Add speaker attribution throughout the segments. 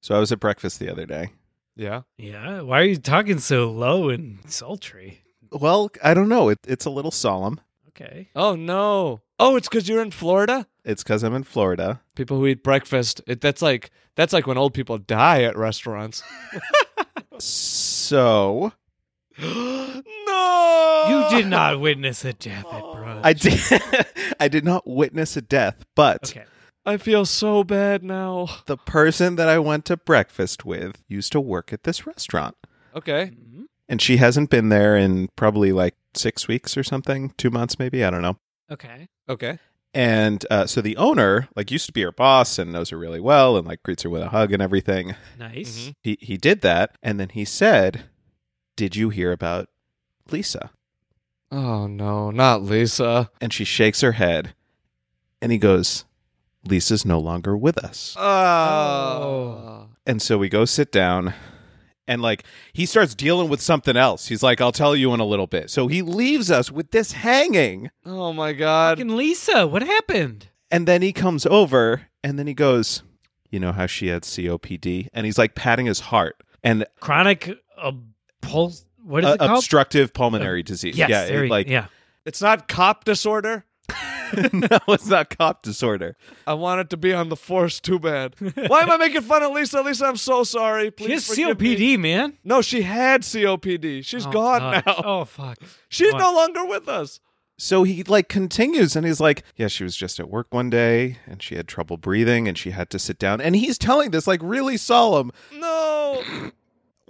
Speaker 1: So I was at breakfast the other day.
Speaker 2: Yeah.
Speaker 3: Yeah. Why are you talking so low and sultry?
Speaker 1: Well, I don't know. It, it's a little solemn.
Speaker 3: Okay.
Speaker 2: Oh no. Oh, it's because you're in Florida.
Speaker 1: It's because I'm in Florida.
Speaker 2: People who eat breakfast. It, that's like that's like when old people die at restaurants.
Speaker 1: So
Speaker 2: no.
Speaker 3: You did not witness a death at
Speaker 2: Oh.
Speaker 3: brunch.
Speaker 1: I did. I did not witness a death, but
Speaker 3: Okay.
Speaker 2: I feel so bad now.
Speaker 1: the person that I went to breakfast with used to work at this restaurant,
Speaker 2: Okay.
Speaker 3: Mhm.
Speaker 1: and she hasn't been there in probably like six weeks or something, two months maybe. I don't know.
Speaker 3: Okay.
Speaker 2: Okay.
Speaker 1: And uh, so the owner, like, used to be her boss and knows her really well, and like greets her with a hug and everything.
Speaker 3: Nice.
Speaker 2: Mhm.
Speaker 1: He he did that, and then he said, "Did you hear about Lisa?"
Speaker 2: Oh no, not Lisa.
Speaker 1: And she shakes her head, and he goes, "Lisa's no longer with us."
Speaker 2: Oh.
Speaker 1: And so we go sit down and like he starts dealing with something else. He's like, I'll tell you in a little bit. So he leaves us with this hanging.
Speaker 2: Oh my God.
Speaker 1: Uh,
Speaker 3: Fucking Lisa, what happened?
Speaker 1: And then he comes over and then he goes, You know how she had COPD? And he's like patting his heart and
Speaker 3: Chronic uh, pulse. What is
Speaker 1: uh,
Speaker 3: it called?
Speaker 1: obstructive pulmonary disease.
Speaker 3: Yes.
Speaker 1: yeah,
Speaker 3: there
Speaker 1: it,
Speaker 3: you-
Speaker 1: like
Speaker 3: yeah.
Speaker 2: It's not cop disorder.
Speaker 1: no, it's not cop disorder.
Speaker 2: I wanted to be on the force too bad. Why am I making fun of Lisa? Lisa, I'm so sorry.
Speaker 3: She
Speaker 2: Please
Speaker 3: has
Speaker 2: forgive
Speaker 3: COPD,
Speaker 2: me.
Speaker 3: man.
Speaker 2: No, she had COPD. She's
Speaker 3: She's
Speaker 2: gone now.
Speaker 3: Oh fuck.
Speaker 2: She's
Speaker 3: What?
Speaker 2: no longer with us.
Speaker 1: So he like continues and he's like, Yeah, she was just at work one day and she had trouble breathing and she had to sit down. And he's telling this like really solemn.
Speaker 2: No.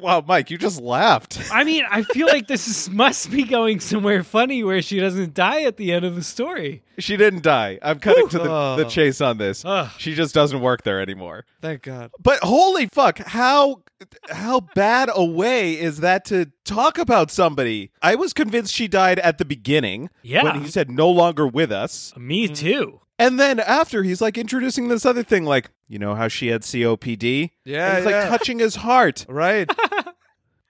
Speaker 1: Wow, Mike, you just laughed.
Speaker 3: I mean, I feel like this is, must be going somewhere funny where she doesn't die at the end of the story.
Speaker 1: She didn't die. I'm cutting to the,
Speaker 2: Oh.
Speaker 1: the chase on this.
Speaker 3: Ugh.
Speaker 1: She just doesn't work there anymore.
Speaker 2: Thank God.
Speaker 1: But holy fuck, how how bad a way is that to talk about somebody? I was convinced she died at the beginning
Speaker 3: Yeah.
Speaker 1: when he said no longer with us.
Speaker 2: Mm.
Speaker 3: Me too.
Speaker 1: And then after he's like introducing this other thing like, you know how she had COPD?
Speaker 2: Yeah,
Speaker 1: And he's
Speaker 2: yeah.
Speaker 1: like touching his heart.
Speaker 2: Right.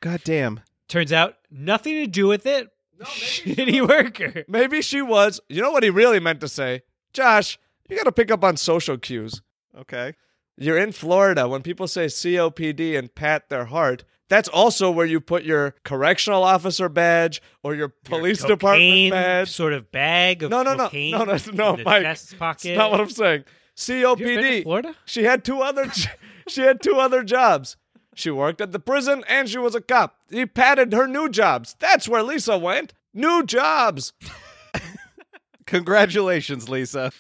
Speaker 1: God damn.
Speaker 3: Turns out nothing to do with it. Shitty worker.
Speaker 2: Maybe she was. You know what he really meant to say? Josh, you got to pick up on social cues.
Speaker 1: Okay.
Speaker 2: You're in Florida. When people say COPD and pat their heart, that's also where you put your correctional officer badge or your police
Speaker 3: Your
Speaker 2: department
Speaker 3: cocaine
Speaker 2: badge.
Speaker 3: Sort of bag of
Speaker 2: No, no, no.
Speaker 3: cocaine
Speaker 2: No, no, no,
Speaker 3: in the
Speaker 2: Mike.
Speaker 3: chest pocket.
Speaker 2: That's not what I'm saying.
Speaker 3: Have you ever been to
Speaker 2: COPD.
Speaker 3: Florida?
Speaker 2: She had two other. she had two other jobs. She worked at the prison and she was a cop. He padded her new jobs. That's where Lisa went. New jobs.
Speaker 1: Congratulations, Lisa.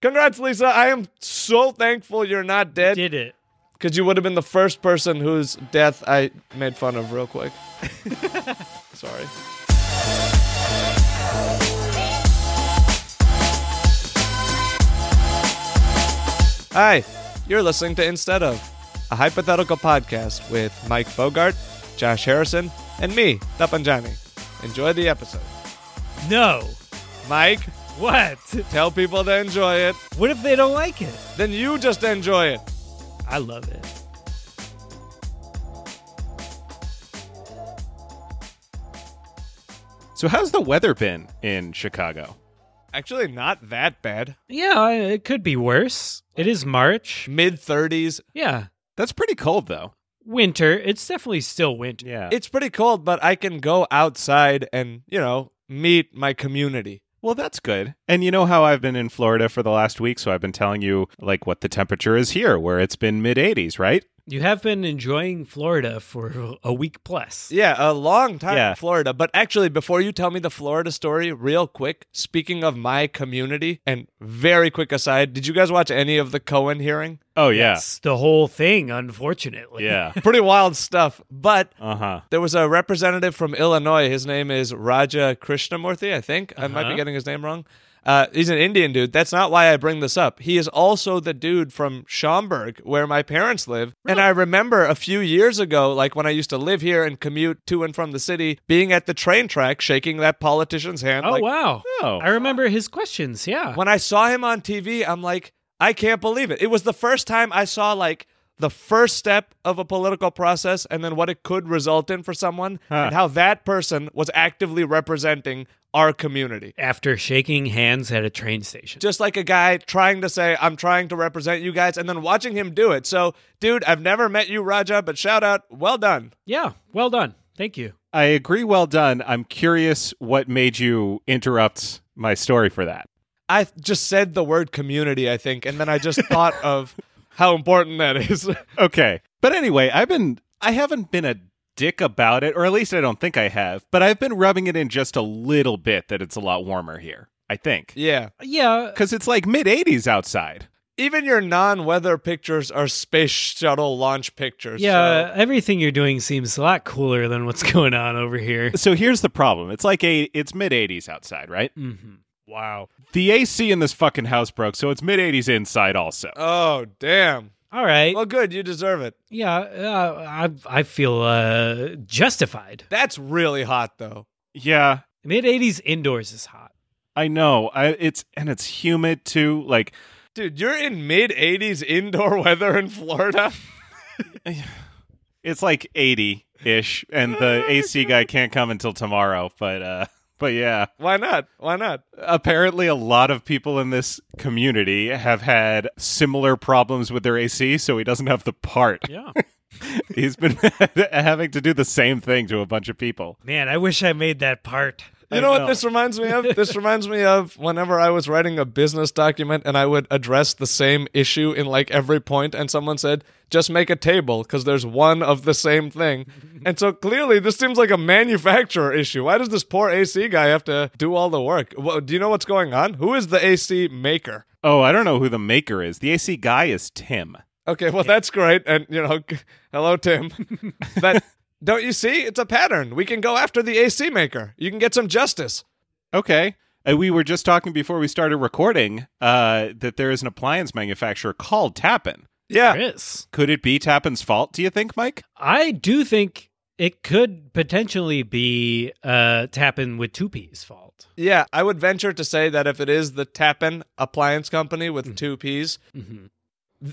Speaker 2: Congrats, Lisa. I am so thankful you're not dead
Speaker 3: Did it.
Speaker 2: because you would have been the first person whose death I made fun of real quick. Sorry. Hi, you're listening to Instead of, a hypothetical podcast with Mike Bogart, Josh Harrison, and me, Tapanjani. Enjoy the episode.
Speaker 3: No.
Speaker 2: Mike,
Speaker 3: What?
Speaker 2: tell people to enjoy it,
Speaker 3: What if they don't like it?
Speaker 2: then you just enjoy it.
Speaker 3: I love it.
Speaker 1: So how's the weather been in Chicago?
Speaker 2: Actually, not that bad.
Speaker 3: Yeah, I- it could be worse. It is March.
Speaker 2: Mid 30s.
Speaker 3: Yeah.
Speaker 1: That's pretty cold though.
Speaker 3: Winter. It's definitely still winter.
Speaker 1: Yeah.
Speaker 2: It's pretty cold, but I can go outside and, you know, meet my community.
Speaker 1: Well, that's good. And you know how I've been in Florida for the last week, so I've been telling you like what the temperature is here where it's been mid 80s, right?
Speaker 3: You have been enjoying Florida for a week plus.
Speaker 2: Yeah, a long time
Speaker 1: Yeah.
Speaker 2: in Florida. But actually, before you tell me the Florida story, real quick, speaking of my community, and very quick aside, did you guys watch any of the Cohen hearing?
Speaker 1: Oh yeah.
Speaker 3: It's the whole thing, unfortunately.
Speaker 1: Yeah.
Speaker 2: Pretty wild stuff. But
Speaker 1: Uh-huh.
Speaker 2: there was a representative from Illinois. His name is Raja Krishnamurthy, I think. I might be
Speaker 3: Uh-huh.
Speaker 2: getting his name wrong. Uh, he's an Indian dude. That's not why I bring this up. He is also the dude from Schaumburg, where my parents live. And I remember a few years ago, like when I used to live here and commute to and from the city, being at the train track, shaking that politician's hand.
Speaker 3: Oh
Speaker 2: like,
Speaker 3: wow.
Speaker 1: Oh.
Speaker 3: I remember his questions. Yeah.
Speaker 2: when I saw him on TV, I'm like, I can't believe it. It was the first time I saw like the first step of a political process and then what it could result in for someone
Speaker 1: Huh.
Speaker 2: and how that person was actively representing our community.
Speaker 3: After shaking hands at a train station.
Speaker 2: Just like a guy trying to say, I'm trying to represent you guys, and then watching him do it. So, dude, I've never met you, Raja, but shout out, well done.
Speaker 3: Yeah, well done. Thank you.
Speaker 1: I agree. Well done. I'm curious what made you interrupt my story for that.
Speaker 2: I th- just said the word community, I think, and then I just thought of how important that is.
Speaker 1: Okay. But anyway, I've been I haven't been a dick about it, or at least I don't think I have, but I've been rubbing it in just a little bit that it's a lot warmer here. I think.
Speaker 2: yeah.
Speaker 3: Yeah,
Speaker 1: Cuz it's like mid 80s outside.
Speaker 2: Even your non weather pictures are space shuttle launch pictures.
Speaker 3: yeah.
Speaker 2: so-
Speaker 3: Everything you're doing seems a lot cooler than what's going on over here.
Speaker 1: So here's the problem. It's like a it's mid 80s outside, right?
Speaker 3: Mm-hmm. Wow.
Speaker 1: The AC in this fucking house broke, so it's mid 80s inside also.
Speaker 2: Oh, damn.
Speaker 3: All right.
Speaker 2: Well, good. You deserve it.
Speaker 3: yeah, uh, I I feel uh, justified.
Speaker 2: That's really hot, though.
Speaker 1: Yeah.
Speaker 3: Mid 80s indoors is hot.
Speaker 1: I know. I it's and it's humid too. Like
Speaker 2: Dude, you're in mid 80s indoor weather in Florida.
Speaker 1: it's like 80 ish and the AC guy can't come until tomorrow, but uh but yeah.
Speaker 2: Why not? Why not?
Speaker 1: apparently a lot of people in this community have had similar problems with their AC, so he doesn't have the part.
Speaker 3: Yeah.
Speaker 1: He's been having to do the same thing to a bunch of people.
Speaker 3: Man, I wish I made that part.
Speaker 2: You know what this reminds me of? This reminds me of whenever I was writing a business document and I would address the same issue in like every point, and someone said, just make a table because there's one of the same thing. And so clearly, this seems like a manufacturer issue. Why does this poor AC guy have to do all the work? Wha- do you know what's going on? Who is the AC maker?
Speaker 1: Oh, I don't know who the maker is. The AC guy is Tim.
Speaker 2: Okay, well that's great, and you know, g- hello Tim. But don't you see? It's a pattern. We can go after the AC maker. You can get some justice.
Speaker 1: Okay. Uh, we were just talking before we started recording uh, that there is an appliance manufacturer called Tappan.
Speaker 2: Yeah,
Speaker 3: Chris,
Speaker 1: Could it be Tappan's fault, do you think, Mike?
Speaker 3: I do think it could potentially be uh, Tappin with two P's fault.
Speaker 2: yeah. I would venture to say that if it is the Tappan appliance company with two P's,
Speaker 3: Mhm.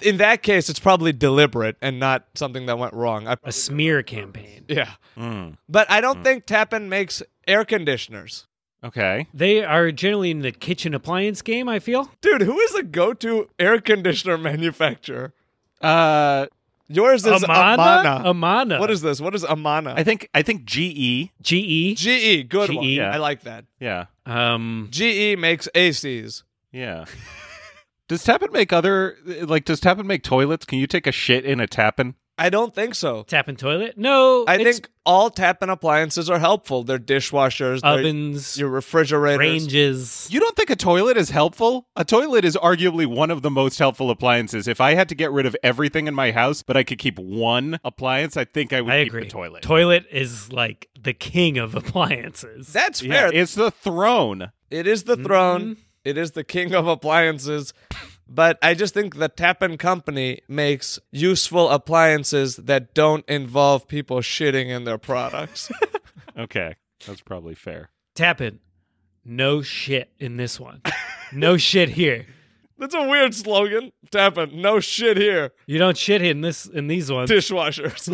Speaker 2: in that case, it's probably deliberate and not something that went wrong. I,
Speaker 3: A smear campaign.
Speaker 2: yeah,
Speaker 1: Mm,
Speaker 2: but I don't think Tappan makes air conditioners.
Speaker 1: okay.
Speaker 3: They are generally in the kitchen appliance game, I feel.
Speaker 2: Dude, who is the go-to air conditioner manufacturer?
Speaker 1: Uh,
Speaker 2: Yours is Amana.
Speaker 3: Amana.
Speaker 2: What is this? What is Amana?
Speaker 1: I think I think GE.
Speaker 3: GE?
Speaker 2: GE, good one.
Speaker 3: GE.
Speaker 2: I like that.
Speaker 1: Yeah.
Speaker 3: E,
Speaker 2: E?
Speaker 3: Um,
Speaker 2: GE makes ACs.
Speaker 1: Yeah. does Tappan make other like does Tappan make toilets? Can you take a shit in a Tappan?
Speaker 2: I don't think so.
Speaker 3: Tappin toilet? No.
Speaker 2: I
Speaker 3: it's
Speaker 2: think all tap and appliances are helpful. They're dishwashers, they're
Speaker 3: ovens,
Speaker 2: your refrigerators.
Speaker 3: ranges.
Speaker 1: You don't think a toilet is helpful? A toilet is arguably one of the most helpful appliances. If I had to get rid of everything in my house, but I could keep one appliance, I think I would
Speaker 3: I
Speaker 1: keep
Speaker 3: agree.
Speaker 1: the toilet.
Speaker 3: Toilet is like the king of appliances.
Speaker 2: That's
Speaker 1: yeah,
Speaker 2: fair.
Speaker 1: it's the throne.
Speaker 2: it is the throne. It is the king of appliances. But I just think the Tappan Company makes useful appliances that don't involve people shitting in their products.
Speaker 1: Okay. That's probably fair.
Speaker 3: Tappin, no shit in this one. no shit here.
Speaker 2: That's a weird slogan. Tappan, no shit here.
Speaker 3: You don't shit in this in these ones.
Speaker 2: Dishwashers.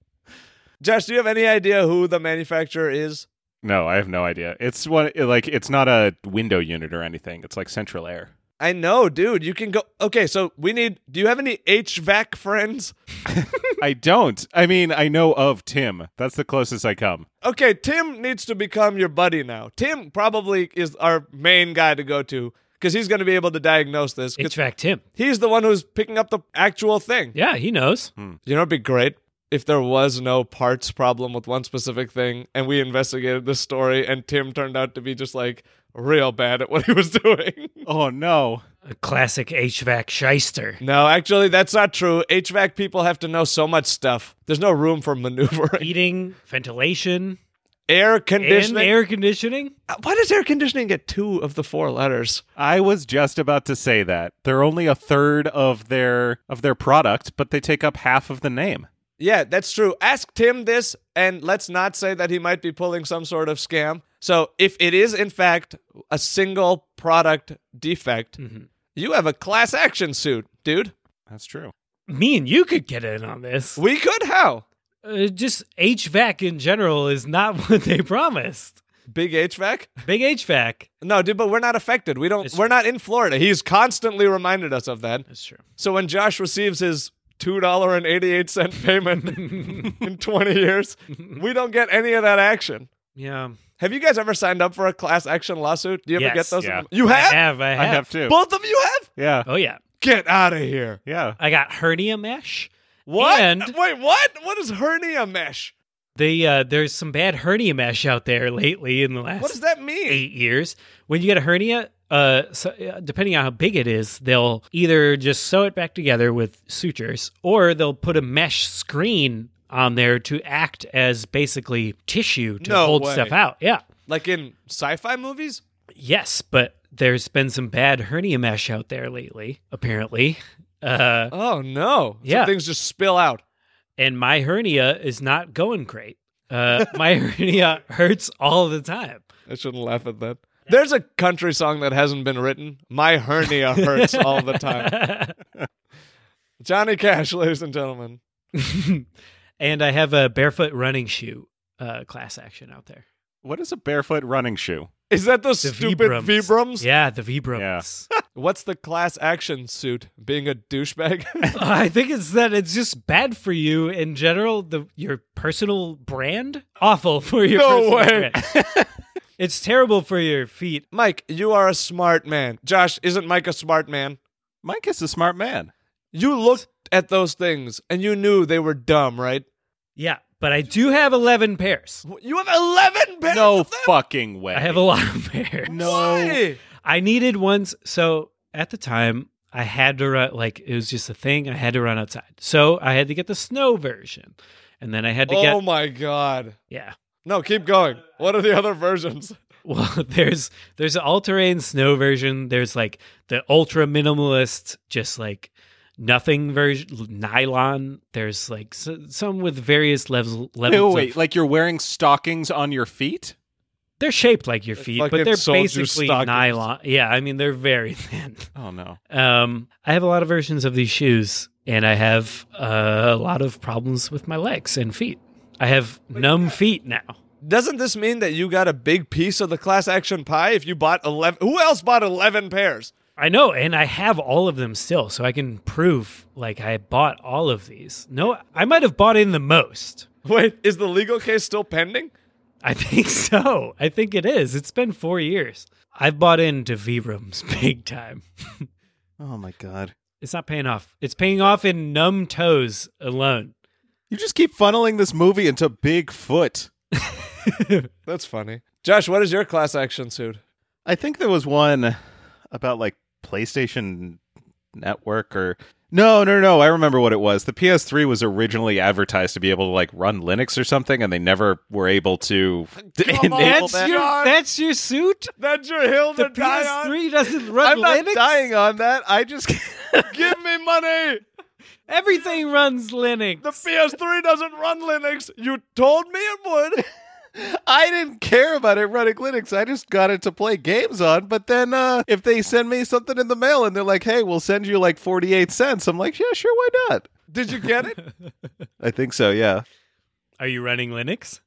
Speaker 2: Josh, do you have any idea who the manufacturer is?
Speaker 1: No, I have no idea. It's one like it's not a window unit or anything. It's like central air.
Speaker 2: I know, dude. You can go. Okay, so we need. Do you have any HVAC friends?
Speaker 1: I don't. I mean, I know of Tim. That's the closest I come.
Speaker 2: Okay, Tim needs to become your buddy now. Tim probably is our main guy to go to because he's going to be able to diagnose this. 'cause
Speaker 3: HVAC Tim.
Speaker 2: He's the one who's picking up the actual thing.
Speaker 3: Yeah, he knows.
Speaker 2: You know, it'd be great if there was no parts problem with one specific thing and we investigated this story and Tim turned out to be just like real bad at what he was doing.
Speaker 1: Oh no.
Speaker 3: A classic HVAC shyster.
Speaker 2: no, actually, that's not true. HVAC people have to know so much stuff, there's no room for maneuvering.
Speaker 3: Heating, ventilation,
Speaker 2: Air
Speaker 3: and
Speaker 2: conditioning.
Speaker 3: air conditioning.
Speaker 2: Why does air conditioning get two of the four letters?
Speaker 1: I was just about to say that. They're only a third of their of their product, but they take up half of the name.
Speaker 2: Yeah, that's true. Ask Tim this, and let's not say that he might be pulling some sort of scam. So, if it is in fact
Speaker 3: Mm-hmm.
Speaker 2: a single product defect, you have a class action suit, dude.
Speaker 1: That's true.
Speaker 3: Me and you could get in on this.
Speaker 2: We could how?
Speaker 3: Uh, just HVAC in general is not what they promised.
Speaker 2: Big HVAC?
Speaker 3: Big HVAC.
Speaker 2: No, dude, but we're not affected. We don't
Speaker 3: It's
Speaker 2: we're not in Florida. He's constantly reminded us of that.
Speaker 3: That's true.
Speaker 2: So when Josh receives his $2.88 payment in 20 years, we don't get any of that action.
Speaker 3: Yeah.
Speaker 2: Have you guys ever signed up for a class action lawsuit? Do you ever
Speaker 3: Yes.
Speaker 2: get those?
Speaker 1: Yeah.
Speaker 2: You
Speaker 3: I
Speaker 2: have?
Speaker 3: have. I have.
Speaker 1: I have too.
Speaker 2: Both of you have?
Speaker 1: Yeah.
Speaker 3: Oh, yeah.
Speaker 2: Get out of here.
Speaker 1: Yeah.
Speaker 3: I got hernia mesh.
Speaker 2: What?
Speaker 3: And-
Speaker 2: Wait, what? What is hernia mesh?
Speaker 3: They, uh, there's some bad hernia mesh out there lately in the last
Speaker 2: What does that mean?
Speaker 3: eight years. When you get a hernia, uh, so, uh, depending on how big it is, they'll either just sew it back together with sutures, or they'll put a mesh screen on there to act as basically tissue to
Speaker 2: No
Speaker 3: hold
Speaker 2: way.
Speaker 3: stuff out. Yeah.
Speaker 2: Like in sci-fi movies?
Speaker 3: Yes, but there's been some bad hernia mesh out there lately, apparently. Uh,
Speaker 2: Oh no. So
Speaker 3: Yeah.
Speaker 2: things just spill out.
Speaker 3: and my hernia is not going great. Uh, my hernia hurts all the time.
Speaker 2: I shouldn't laugh at that. There's a country song that hasn't been written. My hernia hurts all the time. Johnny Cash, ladies and gentlemen.
Speaker 3: and I have a barefoot running shoe uh, class action out there.
Speaker 1: What is a barefoot running shoe?
Speaker 2: Is that those
Speaker 3: The
Speaker 2: stupid
Speaker 3: Vibrams.
Speaker 2: Vibrams?
Speaker 3: Yeah, the Vibrams.
Speaker 2: What's the class action suit? Being a douchebag?
Speaker 3: I think it's that it's just bad for you in general. The your personal brand awful for your
Speaker 2: No
Speaker 3: personal
Speaker 2: way.
Speaker 3: brand. it's terrible for your feet.
Speaker 2: Mike, you are a smart man. Josh, isn't Mike a smart man?
Speaker 1: Mike is a smart man.
Speaker 2: You looked at those things and you knew they were dumb, right?
Speaker 3: Yeah, but I do have eleven pairs.
Speaker 2: You have 11 pairs
Speaker 1: No
Speaker 2: of them?
Speaker 1: fucking way.
Speaker 3: I have a lot of pairs.
Speaker 1: No.
Speaker 2: Why?
Speaker 3: I needed ones. So at the time, I had to run, like, it was just a thing. I had to run outside. So I had to get the snow version. And then I had to
Speaker 2: Oh
Speaker 3: get,
Speaker 2: my god.
Speaker 3: yeah.
Speaker 2: No, keep going. What are the other versions?
Speaker 3: Well, there's there's an all terrain snow version. There's like the ultra minimalist, just like nothing version, nylon. There's like s some with various levels.
Speaker 1: Wait,
Speaker 3: levels
Speaker 1: wait,
Speaker 3: of-
Speaker 1: wait. Like you're wearing stockings on your feet?
Speaker 3: they're shaped like your feet,
Speaker 2: fucking
Speaker 3: but they're
Speaker 2: soldier
Speaker 3: basically
Speaker 2: stockings.
Speaker 3: nylon. Yeah, I mean they're very thin.
Speaker 1: Oh no.
Speaker 3: Um, I have a lot of versions of these shoes, and I have uh, a lot of problems with my legs and feet. I have numb feet now.
Speaker 2: Doesn't this mean that you got a big piece of the class action pie if you bought 11? Who else bought 11 pairs?
Speaker 3: I know, and I have all of them still, so I can prove like I bought all of these. No, I might have bought in the most.
Speaker 2: Wait, is the legal case still pending?
Speaker 3: I think so. I think it is. It's been four years. I've bought into Vibrams big time.
Speaker 1: Oh my god.
Speaker 3: It's not paying off. It's paying off in numb toes alone.
Speaker 1: You just keep funneling this movie into Bigfoot.
Speaker 2: That's funny. Josh, what is your class action suit?
Speaker 1: I think there was one about like PlayStation Network or no, no, no. I remember what it was. The PS3 was originally advertised to be able to like run Linux or something, and they never were able to.
Speaker 2: Come on.
Speaker 1: enable
Speaker 3: that's
Speaker 1: that.
Speaker 3: your
Speaker 2: God.
Speaker 3: that's your suit.
Speaker 2: That's your hill
Speaker 3: The
Speaker 2: to die on?
Speaker 3: PS3 doesn't run
Speaker 1: I'm not
Speaker 3: Linux.
Speaker 1: dying on that. I just
Speaker 2: Give me money!
Speaker 3: Everything runs Linux.
Speaker 2: The PS3 doesn't run Linux. You told me it would.
Speaker 1: I didn't care about it running Linux. I just got it to play games on. But then uh, if they send me something in the mail and they're like, "Hey, we'll send you like 48 cents," I'm like, "Yeah, sure, why not?"
Speaker 2: Did you get it?
Speaker 1: I think so. Yeah.
Speaker 3: Are you running Linux?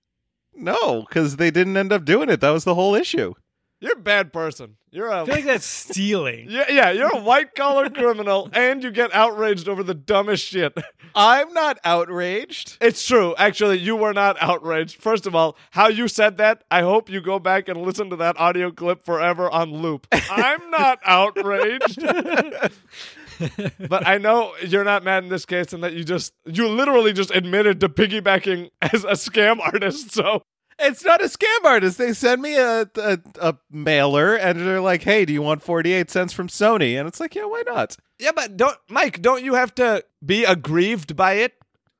Speaker 1: No, because they didn't end up doing it. That was the whole issue.
Speaker 2: You're a bad person. You're
Speaker 3: I feel
Speaker 2: a
Speaker 3: like that's stealing.
Speaker 2: yeah, yeah, you're a white collar criminal and you get outraged over the dumbest shit.
Speaker 1: I'm not outraged.
Speaker 2: It's true. Actually, you were not outraged. First of all, how you said that, I hope you go back and listen to that audio clip forever on loop. I'm not outraged. but I know you're not mad in this case and that you just you literally just admitted to piggybacking as a scam artist. So
Speaker 1: It's not a scam artist. They send me a, a a mailer and they're like, "Hey, do you want 48 cents from Sony?" And it's like, "Yeah, why not?"
Speaker 2: Yeah, but don't Mike, don't you have to be aggrieved by it?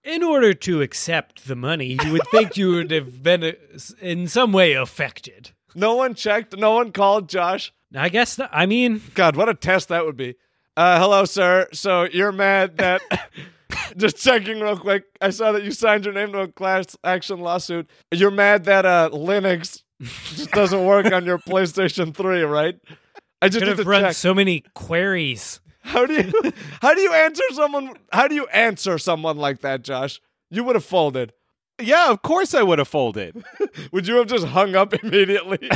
Speaker 3: In order to accept the money, you would think you would have been uh, s- in some way affected.
Speaker 2: No one checked, no one called Josh.
Speaker 3: I guess not. I mean,
Speaker 2: God, what a test that would be. Uh, hello, sir. So you're mad that. Just checking real quick. I saw that you signed your name to a class action lawsuit. You're mad that uh, Linux just doesn't work on your PlayStation 3, right? I just
Speaker 3: could
Speaker 2: need to
Speaker 3: have run
Speaker 2: check.
Speaker 3: so many queries.
Speaker 2: How do you how do you answer someone how do you answer someone like that, Josh? You would have folded.
Speaker 1: Yeah, of course I would have folded.
Speaker 2: Would you have just hung up immediately?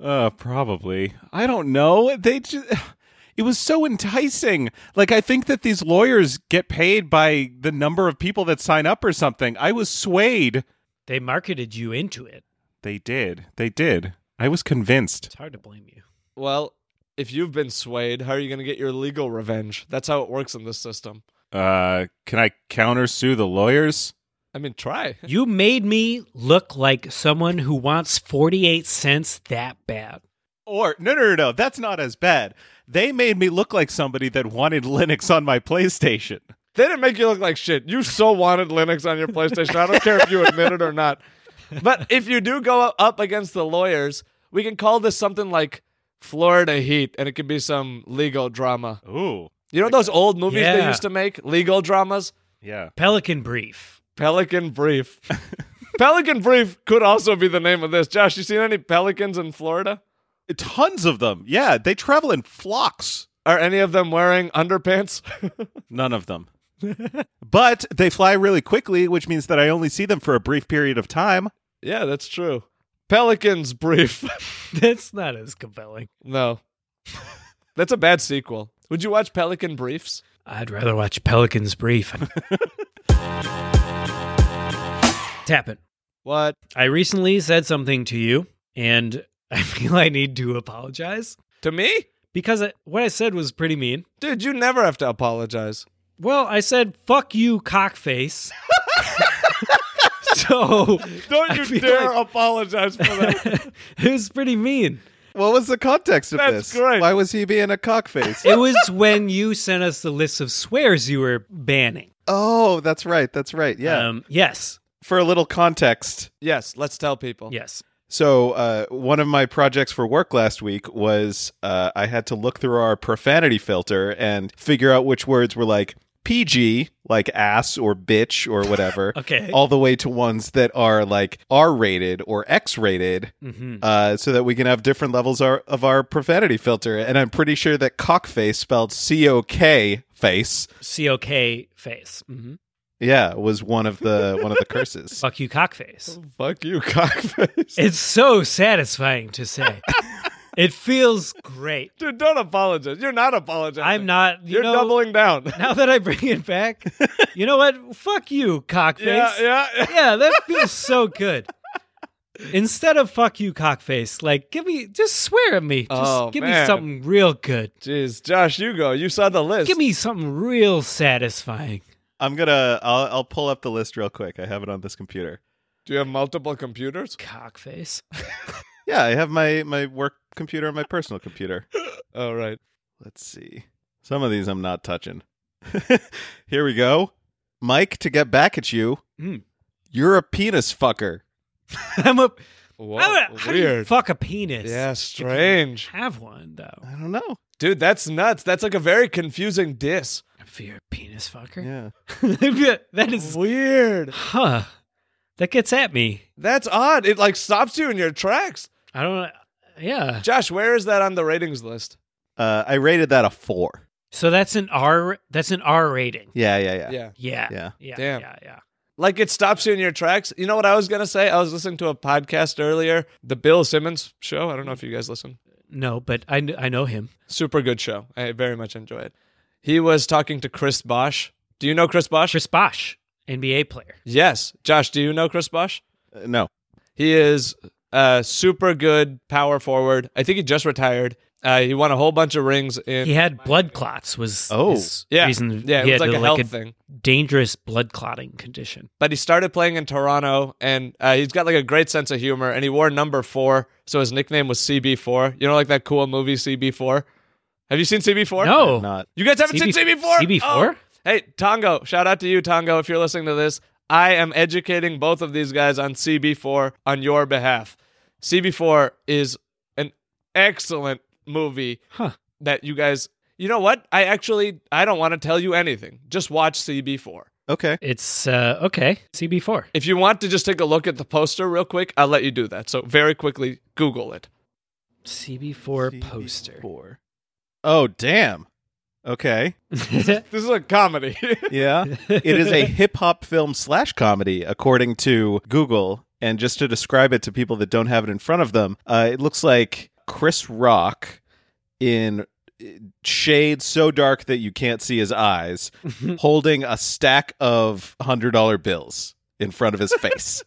Speaker 1: Uh, probably. I don't know. They just. It was so enticing. Like I think that these lawyers get paid by the number of people that sign up or something. I was swayed.
Speaker 3: They marketed you into it.
Speaker 1: They did. They did. I was convinced.
Speaker 3: It's hard to blame you.
Speaker 2: well, if you've been swayed, how are you going to get your legal revenge? That's how it works in this system.
Speaker 1: Uh, can I countersue the lawyers?
Speaker 2: I mean, try.
Speaker 3: You made me look like someone who wants 48 cents that bad.
Speaker 1: Or no, no, no, no. That's not as bad. They made me look like somebody that wanted Linux on my PlayStation.
Speaker 2: They didn't make you look like shit. You so wanted Linux on your PlayStation. I don't care if you admit it or not. But if you do go up against the lawyers, we can call this something like Florida Heat, and it could be some legal drama.
Speaker 1: Ooh,
Speaker 2: You know those old movies they
Speaker 3: Yeah.
Speaker 2: used to make? Legal dramas?
Speaker 1: yeah.
Speaker 3: Pelican Brief.
Speaker 2: Pelican Brief. Pelican Brief could also be the name of this. Josh, you seen any pelicans in Florida?
Speaker 1: Tons of them. Yeah, they travel in flocks.
Speaker 2: Are any of them wearing underpants?
Speaker 1: None of them. but they fly really quickly, which means that I only see them for a brief period of time.
Speaker 2: yeah, that's true. Pelicans Brief.
Speaker 3: That's not as compelling.
Speaker 2: no. That's a bad sequel. Would you watch Pelican Briefs?
Speaker 3: I'd rather watch Pelican's Brief. Tap it.
Speaker 2: What?
Speaker 3: I recently said something to you, and I feel I need to apologize
Speaker 2: To me?
Speaker 3: because I, what I said was pretty mean.
Speaker 2: Dude, you never have to apologize.
Speaker 3: Well, I said, fuck you, cockface. so
Speaker 2: Don't
Speaker 3: I
Speaker 2: you
Speaker 3: feel
Speaker 2: dare
Speaker 3: like-
Speaker 2: apologize for that.
Speaker 3: it was pretty mean.
Speaker 1: What was the context of
Speaker 2: That's
Speaker 1: this?
Speaker 2: great.
Speaker 1: Why was he being a cockface?
Speaker 3: It was when you sent us the list of swears you were banning.
Speaker 1: oh, that's right. That's right. Yeah.
Speaker 3: Um, yes.
Speaker 1: for a little context,
Speaker 2: yes, let's tell people.
Speaker 3: Yes.
Speaker 1: So, uh, one of my projects for work last week was uh, I had to look through our profanity filter and figure out which words were like PG, like ass or bitch or whatever,
Speaker 3: Okay.
Speaker 1: all the way to ones that are like R rated or X rated.
Speaker 3: hmm
Speaker 1: Uh, so that we can have different levels our, of our profanity filter. And I'm pretty sure that cockface, spelled C O K face,
Speaker 3: COK face. hmm
Speaker 1: yeah, was one of the one of the curses.
Speaker 3: Fuck you, cockface.
Speaker 2: Fuck you, cockface.
Speaker 3: It's so satisfying to say. it feels great.
Speaker 2: Dude, don't apologize. You're not apologizing.
Speaker 3: I'm not. You
Speaker 2: You're
Speaker 3: know,
Speaker 2: doubling down.
Speaker 3: Now that I bring it back, you know what? Fuck you, cockface.
Speaker 2: yeah, yeah. yeah.
Speaker 3: Yeah, that feels so good. Instead of fuck you, cockface, like give me just swear at me. Just
Speaker 2: Oh,
Speaker 3: give
Speaker 2: man.
Speaker 3: me something real good.
Speaker 2: Jeez, Josh, you go. You saw the list.
Speaker 3: Give me something real satisfying.
Speaker 1: I'm gonna I'll, I'll pull up the list real quick. I have it on this computer.
Speaker 2: Do you have multiple computers?
Speaker 3: Cockface.
Speaker 1: Yeah, I have my my work computer and my personal computer.
Speaker 2: All right.
Speaker 1: Let's see. Some of these I'm not touching. Here we go. Mike to get back at you.
Speaker 3: Mm.
Speaker 1: You're a penis fucker.
Speaker 3: I'm a
Speaker 2: Whoa,
Speaker 3: how, Oh, how do you
Speaker 2: weird.
Speaker 3: fuck a penis?
Speaker 2: yeah, strange.
Speaker 3: Have one though.
Speaker 1: I don't know.
Speaker 2: Dude, that's nuts. That's like a very confusing diss.
Speaker 3: If you're a penis fucker.
Speaker 1: Yeah.
Speaker 3: that is
Speaker 2: Weird.
Speaker 3: huh. That gets at me.
Speaker 2: That's odd. It like stops you in your tracks.
Speaker 3: I don't yeah.
Speaker 2: Josh, where is that on the ratings list?
Speaker 1: Uh, I rated that a four.
Speaker 3: So that's an R that's an R rating.
Speaker 1: Yeah, yeah, yeah.
Speaker 2: yeah.
Speaker 3: Yeah.
Speaker 1: Yeah.
Speaker 3: Yeah.
Speaker 2: Damn.
Speaker 3: Yeah. yeah.
Speaker 2: Like it stops you in your tracks. You know what I was gonna say? I was listening to a podcast earlier, the Bill Simmons show. I don't know if you guys listen.
Speaker 3: No, but I, kn- I know him.
Speaker 2: Super good show. I very much enjoy it. He was talking to Chris Bosch. Do you know Chris Bosch?
Speaker 3: Chris Bosch, NBA player.
Speaker 2: Yes. Josh, do you know Chris Bosch?
Speaker 1: Uh, no.
Speaker 2: He is a super good power forward. I think he just retired. Uh, he won a whole bunch of rings in
Speaker 3: He had blood clots was
Speaker 1: Oh.
Speaker 3: his
Speaker 2: yeah,
Speaker 3: reason
Speaker 2: yeah.
Speaker 3: he
Speaker 2: It was
Speaker 3: had
Speaker 2: like a health thing.
Speaker 3: dangerous blood clotting condition.
Speaker 2: but he started playing in Toronto, and uh, he's got like a great sense of humor. And he wore number four, so his nickname was CB4. You know, like that cool movie CB4. Have you seen CB4?
Speaker 3: No.
Speaker 1: I'm not.
Speaker 2: you guys haven't seen CB4.
Speaker 3: CB4?
Speaker 2: Oh. Hey, Tongo! Shout out to you, Tongo, if you're listening to this. I am educating both of these guys on CB4 on your behalf. CB4 is an excellent movie
Speaker 3: Huh.
Speaker 2: that you guys. You know what? I actually I don't want to tell you anything. Just watch CB4.
Speaker 1: Okay.
Speaker 3: It's uh, okay. CB4.
Speaker 2: If you want to just take a look at the poster real quick, I'll let you do that. So very quickly, Google it.
Speaker 3: CB4 poster.
Speaker 1: Four. Oh damn. Okay.
Speaker 2: This is a comedy.
Speaker 1: Yeah. it is a hip hop film slash comedy, according to Google. And just to describe it to people that don't have it in front of them, uh, it looks like Chris Rock in uh, shade so dark that you can't see his eyes, holding a stack of $100 bills in front of his face.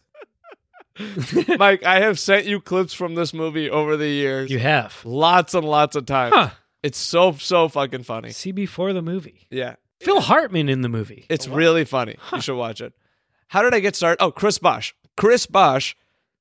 Speaker 2: Mike, I have sent you clips from this movie over the years.
Speaker 3: you have.
Speaker 2: Lots and lots of times.
Speaker 3: Huh.
Speaker 2: It's so so fucking funny.
Speaker 3: See before the movie.
Speaker 2: Yeah.
Speaker 3: Phil Hartman in the movie.
Speaker 2: It's really funny. You should watch it. How did I get started? Oh, Chris Bosch. Chris Bosch,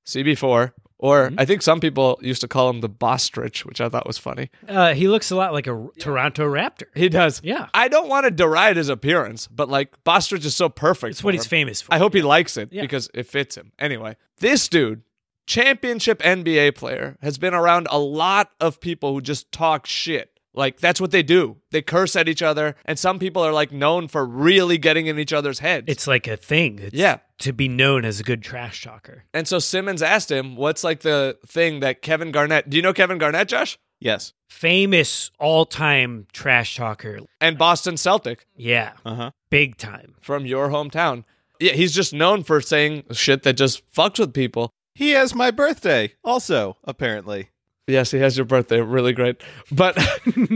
Speaker 2: CB4, or
Speaker 3: Mm-hmm.
Speaker 2: I think some people used to call him the Bostrich, which I thought was funny.
Speaker 3: Uh, he looks a lot like a r- Toronto Raptor.
Speaker 2: He does.
Speaker 3: Yeah.
Speaker 2: I don't want to deride his appearance, but like Bostrich is so perfect.
Speaker 3: It's what
Speaker 2: for
Speaker 3: he's
Speaker 2: him.
Speaker 3: famous for.
Speaker 2: I hope he likes it
Speaker 3: Yeah.
Speaker 2: because it fits him. Anyway, this dude, championship NBA player, has been around a lot of people who just talk shit. Like that's what they do. They curse at each other, and some people are like known for really getting in each other's heads.
Speaker 3: It's like a thing. It's
Speaker 2: Yeah.
Speaker 3: To be known as a good trash talker.
Speaker 2: and so Simmons asked him, "What's like the thing that Kevin Garnett? Do you know Kevin Garnett, Josh?
Speaker 1: Yes.
Speaker 3: Famous all time trash talker.
Speaker 2: And Boston Celtic
Speaker 3: Yeah.
Speaker 1: Uh huh.
Speaker 3: Big time.
Speaker 2: from your hometown. Yeah, he's just known for saying shit that just fucks with people.
Speaker 1: He has my birthday also, apparently.
Speaker 2: Yes, he has your birthday. Really great. But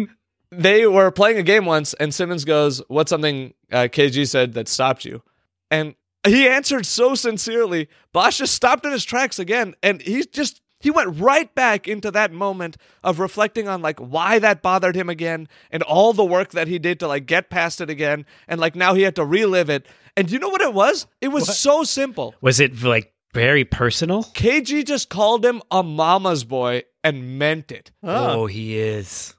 Speaker 2: they were playing a game once, and Simmons goes, What's something uh, KG said that stopped you? And he answered so sincerely. Bosch just stopped in his tracks again, and he just. He went right back into that moment of reflecting on like why that bothered him again and all the work that he did to like get past it again and like now he had to relive it. And you know what it was? It was so simple.
Speaker 3: Was it like very personal?
Speaker 2: KG just called him a mama's boy and meant it.
Speaker 3: Oh, he is.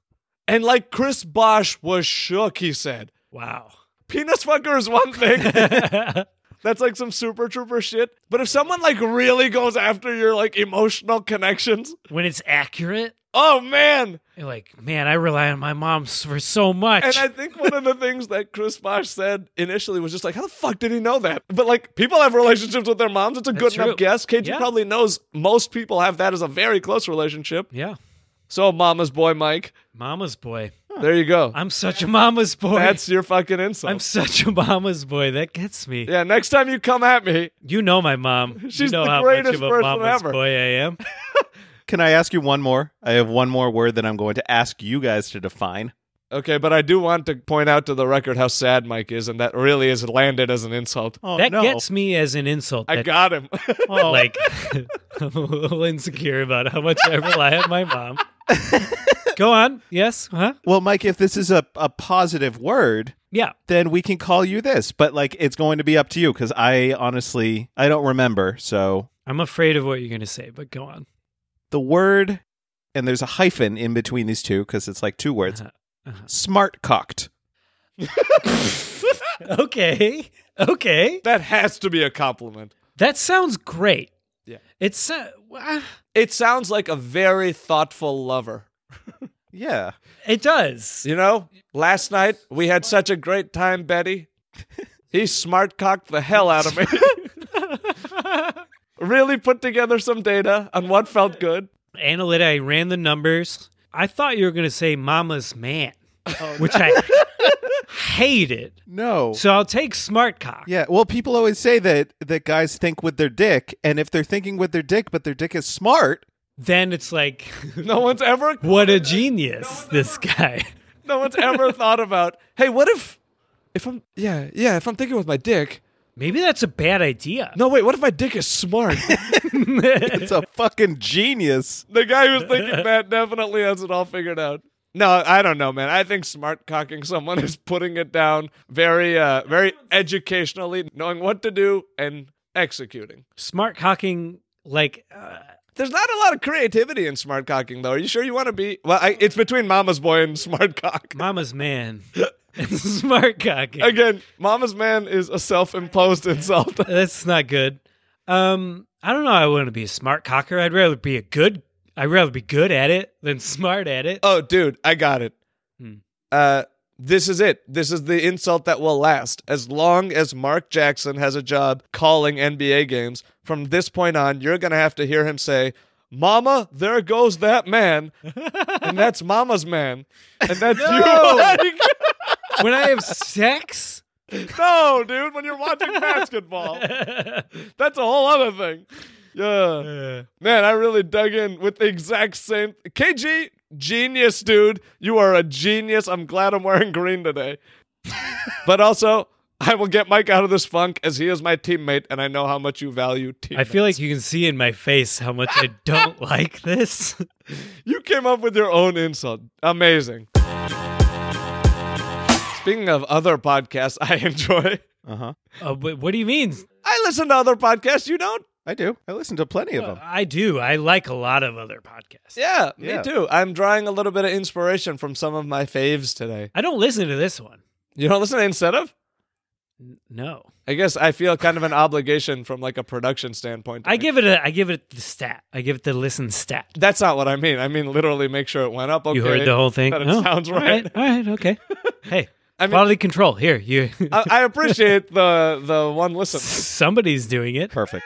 Speaker 2: And like Chris Bosch was shook, he said.
Speaker 3: Wow.
Speaker 2: Penis fucker is one thing. That's like some super trooper shit. But if someone like really goes after your like emotional connections,
Speaker 3: when it's accurate,
Speaker 2: oh man.
Speaker 3: you're like, man, I rely on my mom s- for so much.
Speaker 2: And I think one of the things that Chris Bosch said initially was just like, how the fuck did he know that? But like people have relationships with their moms. It's a good
Speaker 3: That's
Speaker 2: enough
Speaker 3: true.
Speaker 2: guess. KG
Speaker 3: Yeah.
Speaker 2: probably knows most people have that as a very close relationship.
Speaker 3: yeah.
Speaker 2: So mama's boy Mike.
Speaker 3: Mama's boy.
Speaker 2: There you go.
Speaker 3: I'm such a mama's boy.
Speaker 2: That's your fucking insult.
Speaker 3: I'm such a mama's boy. That gets me.
Speaker 2: yeah, next time you come at me,
Speaker 3: You know my mom. You
Speaker 2: She's
Speaker 3: know
Speaker 2: the
Speaker 3: how
Speaker 2: greatest
Speaker 3: much of a
Speaker 2: person
Speaker 3: mama's
Speaker 2: ever.
Speaker 3: boy I am.
Speaker 1: Can I ask you one more? I have one more word that I'm going to ask you guys to define.
Speaker 2: Okay, but I do want to point out to the record how sad Mike is, and that really is landed as an insult.
Speaker 1: Oh,
Speaker 3: that
Speaker 1: no.
Speaker 3: gets me as an insult.
Speaker 2: I
Speaker 3: that,
Speaker 2: got him.
Speaker 3: like I'm a little insecure about how much I rely on my mom. Go on. Yes. Huh?
Speaker 1: Well, Mike, if this is a, a positive word,
Speaker 3: Yeah.
Speaker 1: then we can call you this. But like, it's going to be up to you because I honestly I don't remember. So
Speaker 3: I'm afraid of what you're gonna say, but go on.
Speaker 1: the word, and there's a hyphen in between these two because it's like two words.
Speaker 3: Uh-huh. Uh-huh.
Speaker 1: Smart cocked.
Speaker 3: Okay. Okay.
Speaker 2: that has to be a compliment.
Speaker 3: That sounds great.
Speaker 2: Yeah.
Speaker 3: It's uh, ah,
Speaker 2: It sounds like a very thoughtful lover.
Speaker 1: Yeah.
Speaker 3: it does.
Speaker 2: You know, last night we had such a great time, Betty. He smart cocked the hell out of me. really put together some data on what felt good.
Speaker 3: Analytic. I ran the numbers. I thought you were gonna say "Mama's man," which I hated.
Speaker 1: No.
Speaker 3: So I'll take smart cock.
Speaker 1: yeah. Well, people always say that that guys think with their dick, and if they're thinking with their dick, but their dick is smart.
Speaker 3: Then it's like,
Speaker 2: No one's ever
Speaker 3: what a genius this guy.
Speaker 2: no one's ever thought about, hey, what if if I'm yeah, yeah, if I'm thinking with my dick.
Speaker 3: Maybe that's a bad idea.
Speaker 2: No, wait, what if my dick is smart?
Speaker 1: It's a fucking genius.
Speaker 2: The guy who's thinking that definitely has it all figured out. No, I don't know, man. I think smart cocking someone is putting it down very, uh, very educationally, knowing what to do and executing.
Speaker 3: Smart cocking, like, uh,
Speaker 2: There's not a lot of creativity in smart cocking, though. Are you sure you want to be? Well, I, it's between Mama's Boy and Smart Cock.
Speaker 3: mama's man. It's smart cocking.
Speaker 2: Again, Mama's Man is a self-imposed insult.
Speaker 3: That's not good. Um, I don't know. I wouldn't be a smart cocker. I'd rather be a good. I'd rather be good at it than smart at it.
Speaker 2: oh, dude, I got it.
Speaker 3: Hmm.
Speaker 2: Uh, this is it. This is the insult that will last as long as Mark Jackson has a job calling NBA games. From this point on, you're gonna have to hear him say, "Mama, there goes that man," and that's Mama's man, and that's you.
Speaker 3: when I have sex?
Speaker 2: no, dude, when you're watching basketball, that's a whole other thing. Yeah. Man, I really dug in with the exact same. KG, genius, dude. You are a genius. I'm glad I'm wearing green today. but also, I will get Mike out of this funk as he is my teammate, and I know how much you value teammates.
Speaker 3: I feel like you can see in my face how much I don't like this.
Speaker 2: you came up with your own insult. Amazing. Speaking of other podcasts I enjoy,
Speaker 1: Uh huh.
Speaker 3: Uh, but what do you mean?
Speaker 2: I listen to other podcasts. You don't?
Speaker 1: I do. I listen to plenty of them.
Speaker 3: I do. I like a lot of other podcasts.
Speaker 2: Yeah,
Speaker 1: Yeah.
Speaker 2: me too. I'm drawing a little bit of inspiration from some of my faves today.
Speaker 3: I don't listen to this one.
Speaker 2: You don't listen to Instead of?
Speaker 3: N- No,
Speaker 2: I guess I feel kind of an obligation from like a production standpoint. to
Speaker 3: I
Speaker 2: make-
Speaker 3: give it a. I give it the stat. I give it the listen stat.
Speaker 2: That's not what I mean. I mean literally make sure it went up. Okay.
Speaker 3: You heard the whole thing.
Speaker 2: That it sounds
Speaker 3: all
Speaker 2: right.
Speaker 3: All right. Okay. hey,
Speaker 2: I mean-
Speaker 3: quality control. Here, you.
Speaker 2: I, I appreciate the the one listen.
Speaker 3: Somebody's doing it.
Speaker 1: Perfect.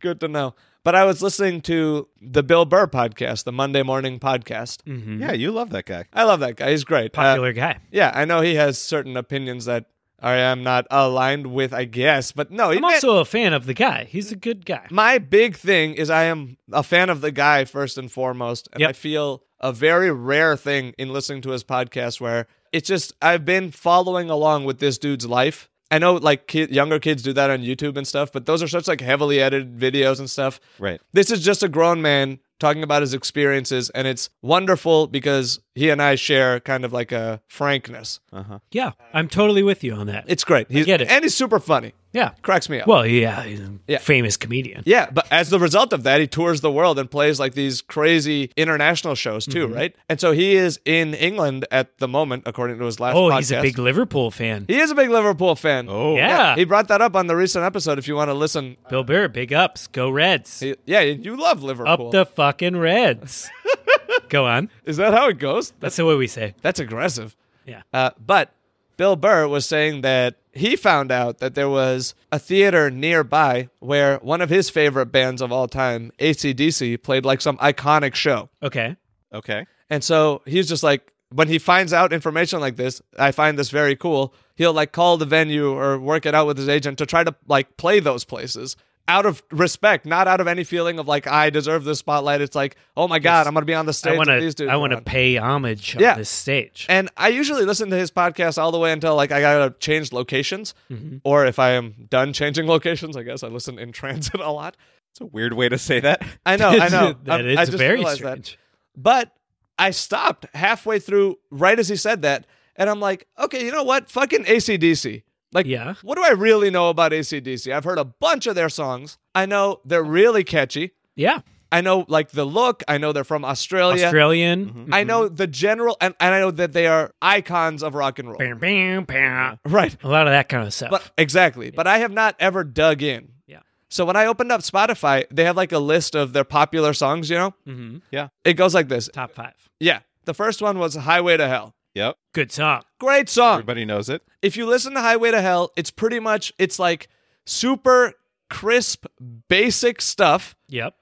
Speaker 2: Good to know. But I was listening to the Bill Burr podcast, the Monday Morning podcast.
Speaker 3: hmm
Speaker 1: Yeah, you love that guy.
Speaker 2: I love that guy. He's great. Uh,
Speaker 3: Popular guy.
Speaker 2: yeah, I know he has certain opinions that I am not aligned with. I guess, but no, he
Speaker 3: I'm
Speaker 2: ma-
Speaker 3: also a fan of the guy. He's a good guy.
Speaker 2: my big thing is I am a fan of the guy first and foremost, and
Speaker 3: Yep.
Speaker 2: I feel a very rare thing in listening to his podcast where it's just I've been following along with this dude's life. I know like kid, younger kids do that on YouTube and stuff, but those are such like heavily edited videos and stuff.
Speaker 1: Right.
Speaker 2: This is just a grown man talking about his experiences, and it's wonderful because he and I share kind of like a frankness.
Speaker 1: Uh huh.
Speaker 3: Yeah, I'm totally with you on that.
Speaker 2: It's great. He's,
Speaker 3: get it.
Speaker 2: and he's super funny.
Speaker 3: yeah.
Speaker 2: Cracks me up.
Speaker 3: Well, yeah, he's a
Speaker 2: Yeah.
Speaker 3: famous comedian.
Speaker 2: Yeah, but as the result of that, he tours the world and plays like these crazy international shows too,
Speaker 3: Mm-hmm.
Speaker 2: right? And so he is in England at the moment, according to his last.
Speaker 3: Oh, he's a
Speaker 2: podcast.
Speaker 3: big Liverpool fan.
Speaker 2: He is a big Liverpool fan.
Speaker 1: Oh.
Speaker 3: yeah.
Speaker 2: he brought that up on the recent episode. If you want to listen,
Speaker 3: Bill Burr, big ups. Go Reds.
Speaker 2: He- yeah, you love
Speaker 3: Up
Speaker 2: Liverpool.
Speaker 3: the fucking Reds. Go on.
Speaker 2: is that how it goes?
Speaker 3: That's the way we say.
Speaker 2: That's aggressive.
Speaker 3: Yeah.
Speaker 2: Uh, but Bill Burr was saying that he found out that there was a theater nearby where one of his favorite bands of all time, ACDC, played like some iconic show.
Speaker 3: Okay.
Speaker 1: Okay.
Speaker 2: And so he's just like, when he finds out information like this, I find this very cool. He'll like call the venue or work it out with his agent to try to like play those places out of respect, not out of any feeling of like I deserve this spotlight. It's like, oh my god, I'm gonna be on the stage.
Speaker 3: I want
Speaker 2: with these
Speaker 3: to.
Speaker 2: dudes
Speaker 3: I want to
Speaker 2: on.
Speaker 3: pay homage
Speaker 2: Yeah.
Speaker 3: on this stage.
Speaker 2: And I usually listen to his podcast all the way until like I gotta change locations,
Speaker 3: Mm-hmm.
Speaker 2: or if I am done changing locations, I guess I listen in transit a lot.
Speaker 1: It's a weird way to say that.
Speaker 2: I know, I know.
Speaker 3: that
Speaker 2: I'm-
Speaker 3: is
Speaker 2: I just
Speaker 3: very
Speaker 2: realized that.
Speaker 3: strange.
Speaker 2: But I stopped halfway through, right as he said that. And I'm like, okay, you know what? Fucking ACDC. Like,
Speaker 3: Yeah.
Speaker 2: what do I really know about ACDC? I've heard a bunch of their songs. I know they're really catchy.
Speaker 3: Yeah.
Speaker 2: I know, like, the look. I know they're from Australia.
Speaker 3: Australian.
Speaker 2: I know the general, and, and I know that they are icons of rock and roll.
Speaker 3: Bam, bam, bam.
Speaker 2: Right.
Speaker 3: A lot of that kind of stuff.
Speaker 2: But exactly. But I have not ever dug in.
Speaker 3: Yeah.
Speaker 2: So when I opened up Spotify, they have like a list of their popular songs, you know?
Speaker 3: hmm
Speaker 2: It goes like this.
Speaker 3: Top five.
Speaker 2: Yeah. The first one was Highway to Hell.
Speaker 1: Yep.
Speaker 3: Good song.
Speaker 2: Great song.
Speaker 1: Everybody knows it.
Speaker 2: If you listen to Highway to Hell, it's pretty much it's like super crisp basic stuff
Speaker 3: Yep.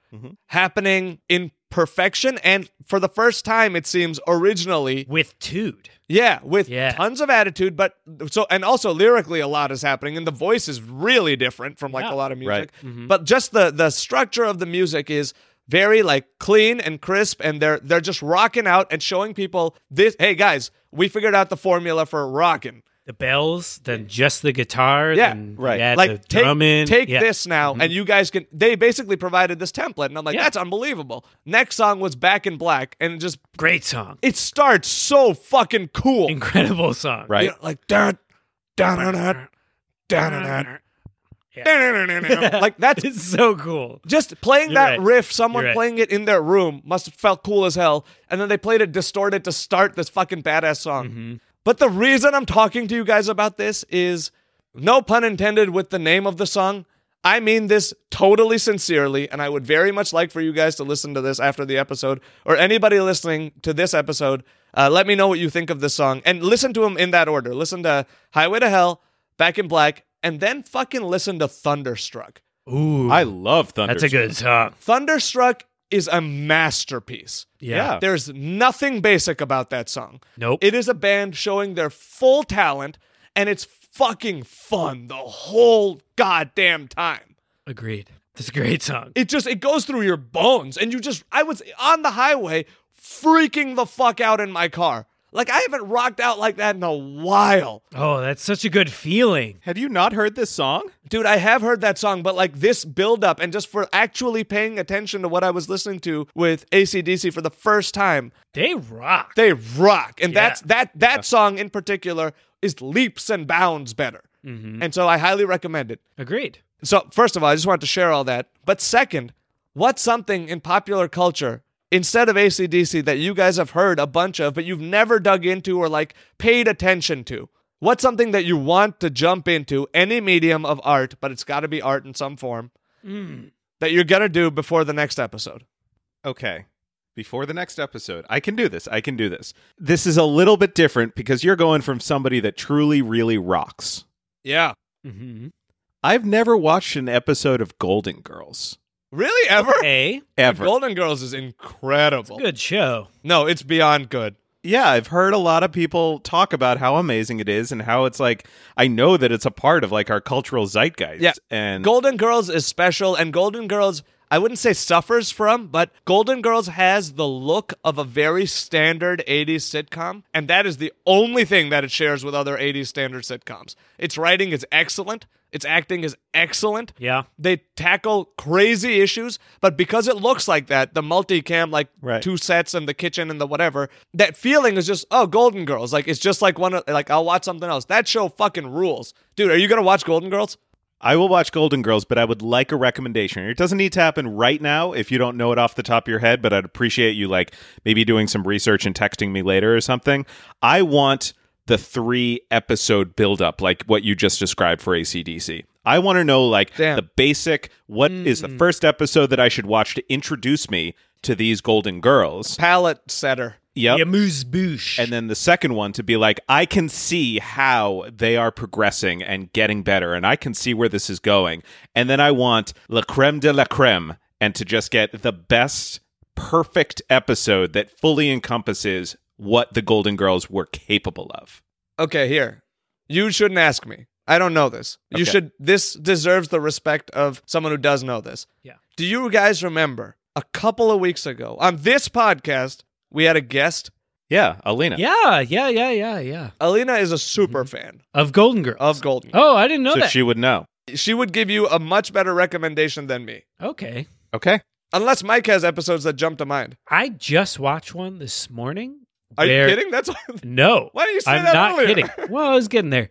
Speaker 2: happening in perfection and for the first time it seems originally
Speaker 3: With Tude.
Speaker 2: yeah with
Speaker 3: Yeah.
Speaker 2: tons of attitude but so and also lyrically a lot is happening and the voice is really different from like
Speaker 3: Yeah. Mm-hmm.
Speaker 2: a lot of music
Speaker 1: Right.
Speaker 2: but just the the structure of the music is very like clean and crisp and they're they're just rocking out and showing people this hey guys we figured out the formula for rocking
Speaker 3: The bells, then just the guitar.
Speaker 2: Yeah,
Speaker 3: then
Speaker 1: right.
Speaker 3: you add
Speaker 2: like
Speaker 3: the
Speaker 2: take,
Speaker 3: drum in.
Speaker 2: take
Speaker 3: Yeah. Mm-hmm.
Speaker 2: this now and you guys can they basically provided this template and i'm like
Speaker 3: Yeah.
Speaker 2: that's unbelievable next song was back in black and it just
Speaker 3: Great song.
Speaker 2: it starts so fucking cool
Speaker 3: Incredible song.
Speaker 1: Right.
Speaker 2: You know, like dun dun dun dun dun dun dun dun, dun, dun, dun. like that's
Speaker 3: It's so cool.
Speaker 2: just playing
Speaker 3: You're
Speaker 2: that
Speaker 3: right.
Speaker 2: riff, someone
Speaker 3: You're right.
Speaker 2: playing it in their room must have felt cool as hell. And then they played it distorted to start this fucking badass song.
Speaker 3: Mm-hmm.
Speaker 2: But the reason I'm talking to you guys about this is no pun intended with the name of the song. I mean this totally sincerely, and I would very much like for you guys to listen to this after the episode, or anybody listening to this episode. Uh, let me know what you think of this song, and listen to them in that order. Listen to "Highway to Hell," "Back in Black," and then fucking listen to "Thunderstruck."
Speaker 3: Ooh.
Speaker 1: I love Thunder.
Speaker 3: that's a good song.
Speaker 2: Thunderstruck is a masterpiece.
Speaker 1: Yeah.
Speaker 2: There's nothing basic about that song.
Speaker 3: Nope.
Speaker 2: It is a band showing their full talent, and it's fucking fun the whole goddamn time.
Speaker 3: Agreed. It's a great song.
Speaker 2: It just it goes through your bones, and you just I was on the highway freaking the fuck out in my car. Like I haven't rocked out like that in a while.
Speaker 3: Oh, that's such a good feeling.
Speaker 1: Had you not heard this song?
Speaker 2: Dude, I have heard that song, but like this build up and just for actually paying attention to what I was listening to with ACDC for the first time,
Speaker 3: They rock.
Speaker 2: they rock. And
Speaker 3: Yeah.
Speaker 2: that's that that song in particular is leaps and bounds better.
Speaker 3: Mm-hmm.
Speaker 2: And so I highly recommend it.
Speaker 3: Agreed.
Speaker 2: So first of all, I just wanted to share all that. But second, what's something in popular culture instead of ACDC that you guys have heard a bunch of, but you've never dug into or like paid attention to? What's something that you want to jump into, any medium of art, but it's got to be art in some form,
Speaker 3: Mm.
Speaker 2: that you're going to do before the next episode?
Speaker 1: Okay. Before the next episode, I can do this. I can do this. This is a little bit different because you're going from somebody that truly, really rocks.
Speaker 2: Yeah.
Speaker 3: Mm-hmm.
Speaker 1: I've never watched an episode of Golden Girls
Speaker 2: Really? Ever?
Speaker 3: A
Speaker 1: ever.
Speaker 2: Golden Girls is incredible.
Speaker 3: good show.
Speaker 2: No, it's beyond good.
Speaker 1: yeah, I've heard a lot of people talk about how amazing it is and how it's like I know that it's a part of like our cultural zeitgeist.
Speaker 2: Yeah.
Speaker 1: And
Speaker 2: Golden Girls is special, and Golden Girls, I wouldn't say suffers from, but Golden Girls has the look of a very standard 80s sitcom, and that is the only thing that it shares with other 80s standard sitcoms. Its writing is excellent, its acting is excellent.
Speaker 3: Yeah.
Speaker 2: They tackle crazy issues, but because it looks like that, the multicam, like
Speaker 1: Right.
Speaker 2: two sets and the kitchen and the whatever, that feeling is just oh, Golden Girls. Like it's just like one. of- Like I'll watch something else. That show fucking rules, dude. Are you gonna watch Golden Girls?
Speaker 1: I will watch Golden Girls, but I would like a recommendation. It doesn't need to happen right now if you don't know it off the top of your head, but I'd appreciate you like maybe doing some research and texting me later or something. I want the three episode buildup, like what you just described for ACDC. I want to know like
Speaker 2: Damn.
Speaker 1: the basic What is the first episode that I should watch to introduce me to these Golden Girls.
Speaker 2: Palette setter.
Speaker 1: Yep.
Speaker 3: Yeah, moose boosh.
Speaker 1: And then the second one to be like, I can see how they are progressing and getting better, and I can see where this is going. And then I want La Creme de la Creme, and to just get the best, perfect episode that fully encompasses what the Golden Girls were capable of.
Speaker 2: Okay, here. You shouldn't ask me. I don't know this. You
Speaker 1: Okay.
Speaker 2: should this deserves the respect of someone who does know this.
Speaker 3: Yeah.
Speaker 2: Do you guys remember a couple of weeks ago on this podcast we had a guest?
Speaker 1: Yeah,
Speaker 2: uh,
Speaker 1: Alina.
Speaker 3: yeah, yeah, yeah, yeah, yeah.
Speaker 2: Alina is a super
Speaker 1: Mm-hmm.
Speaker 2: fan
Speaker 3: Of Golden Girls.
Speaker 2: of Golden.
Speaker 3: oh, I didn't know
Speaker 1: so
Speaker 3: that.
Speaker 1: she would know.
Speaker 2: She would give you a much better recommendation than me.
Speaker 3: okay.
Speaker 1: Okay.
Speaker 2: Unless Mike has episodes that jump to mind.
Speaker 3: I just watched one this morning.
Speaker 2: Are
Speaker 3: where-
Speaker 2: you kidding? That's
Speaker 3: No.
Speaker 2: Why didn't you say
Speaker 3: I'm
Speaker 2: that
Speaker 3: not
Speaker 2: earlier?
Speaker 3: kidding. Well, I was getting there.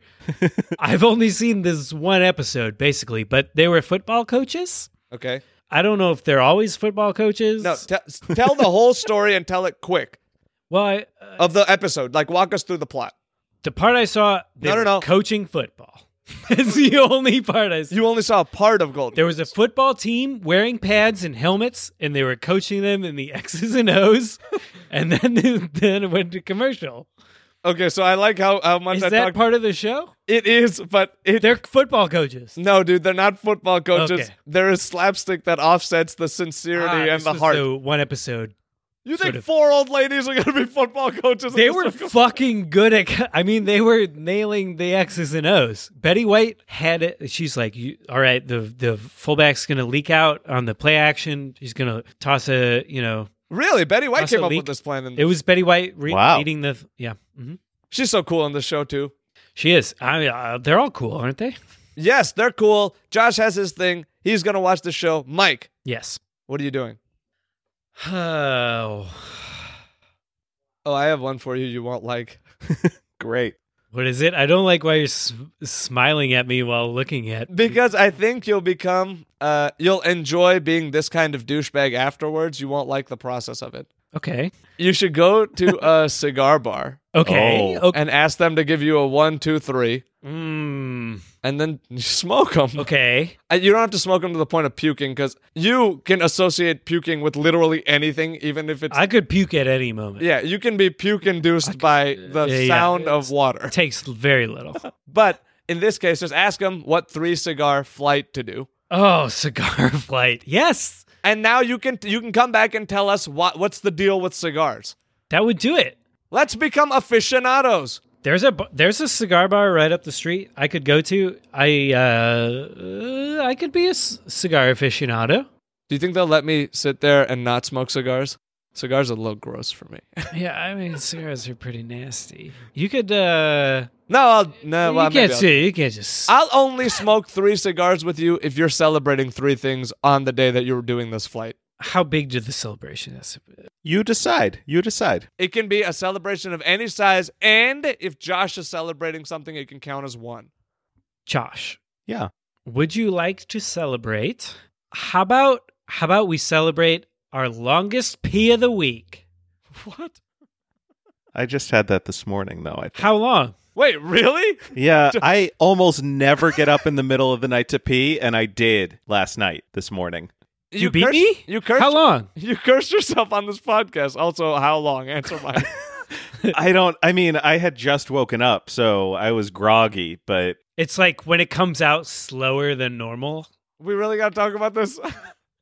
Speaker 3: I've only seen this one episode, basically, but they were football coaches.
Speaker 2: Okay.
Speaker 3: I don't know if they're always football coaches.
Speaker 2: No, t- tell the whole story and tell it quick
Speaker 3: well, I, uh,
Speaker 2: of the episode. Like walk us through the plot.
Speaker 3: the part I saw, they
Speaker 2: No, no,
Speaker 3: were
Speaker 2: no.
Speaker 3: coaching football. it's the only part I saw.
Speaker 2: You only saw a part of Golden.
Speaker 3: There was a football team wearing pads and helmets, and they were coaching them in the X's and O's, and then then it went to commercial.
Speaker 2: Okay, so I like how, how much
Speaker 3: Is
Speaker 2: I
Speaker 3: that
Speaker 2: talked.
Speaker 3: part of the show?
Speaker 2: it is, but it
Speaker 3: They're football coaches.
Speaker 2: no, dude, they're not football coaches.
Speaker 3: Okay.
Speaker 2: There is slapstick that offsets the sincerity and
Speaker 3: Ah, this
Speaker 2: the
Speaker 3: was
Speaker 2: heart.
Speaker 3: one episode.
Speaker 2: you
Speaker 3: sort
Speaker 2: think
Speaker 3: of-
Speaker 2: four old ladies are gonna be football coaches? in
Speaker 3: They
Speaker 2: this
Speaker 3: were
Speaker 2: fucking-
Speaker 3: fucking good at. co- I mean, they were nailing the X's and O's. Betty White had it. She's like, you, "All right, the the fullback's gonna leak out on the play action. She's gonna toss a, you know."
Speaker 2: really. Betty White
Speaker 3: Russell
Speaker 2: came up
Speaker 3: Leak-
Speaker 2: with this plan, and
Speaker 3: It was Betty White re-
Speaker 1: Wow.
Speaker 3: leading the. Yeah, hmm
Speaker 2: she's so cool on this show too.
Speaker 3: she is. I mean, uh, they're all cool, aren't they?
Speaker 2: Yes, they're cool. Josh has his thing. He's gonna watch the show. Mike,
Speaker 3: Yes.
Speaker 2: what are you doing?
Speaker 3: Oh,
Speaker 2: Oh, I have one for you. You won't like.
Speaker 1: Great.
Speaker 3: what is it? I don't like why you're s- smiling at me while looking at.
Speaker 2: Because I think you'll become, uh, you'll enjoy being this kind of douchebag afterwards. You won't like the process of it.
Speaker 3: Okay.
Speaker 2: You should go to a cigar bar
Speaker 3: Okay.
Speaker 1: Oh.
Speaker 3: Okay.
Speaker 2: and ask them to give you a one, two, three,
Speaker 3: Mm,
Speaker 2: and then smoke them.
Speaker 3: okay.
Speaker 2: You don't have to smoke them to the point of puking because you can associate puking with literally anything, even if it's.
Speaker 3: I could puke at any moment.
Speaker 2: yeah, you can be puke induced by the
Speaker 3: yeah, yeah.
Speaker 2: sound of water.
Speaker 3: It takes very little.
Speaker 2: But in this case, just ask them what three cigar flight to do.
Speaker 3: Oh, cigar flight. Yes.
Speaker 2: And now you can you can come back and tell us what what's the deal with cigars.
Speaker 3: That would do it.
Speaker 2: Let's become aficionados.
Speaker 3: There's a bu- there's a cigar bar right up the street I could go to. I uh, uh, I could be a c- cigar aficionado.
Speaker 2: Do you think they'll let me sit there and not smoke cigars? Cigars are a little gross for me.
Speaker 3: Yeah, I mean cigars are pretty nasty. You could uh,
Speaker 2: no, I'll no. well,
Speaker 3: you can't
Speaker 2: maybe I'll-
Speaker 3: see. You can't just.
Speaker 2: I'll only smoke three cigars with you if you're celebrating three things on the day that you're doing this flight.
Speaker 3: How big did the celebration? Is?
Speaker 1: You decide. You decide.
Speaker 2: It can be a celebration of any size, and if Josh is celebrating something, it can count as one.
Speaker 3: Josh,
Speaker 1: Yeah.
Speaker 3: would you like to celebrate? How about how about we celebrate our longest pee of the week?
Speaker 2: What?
Speaker 1: I just had that this morning, though. I think.
Speaker 3: How long?
Speaker 2: Wait, really?
Speaker 1: Yeah, I almost never get up in the middle of the night to pee, and I did last night, this morning.
Speaker 3: You beat
Speaker 2: cursed-
Speaker 3: me?
Speaker 2: You cursed.
Speaker 3: How long?
Speaker 2: You cursed yourself on this podcast. Also, how long? Answer mine.
Speaker 1: I don't, I mean, I had just woken up, so I was groggy, but
Speaker 3: It's like when it comes out slower than normal.
Speaker 2: we really got to talk about this.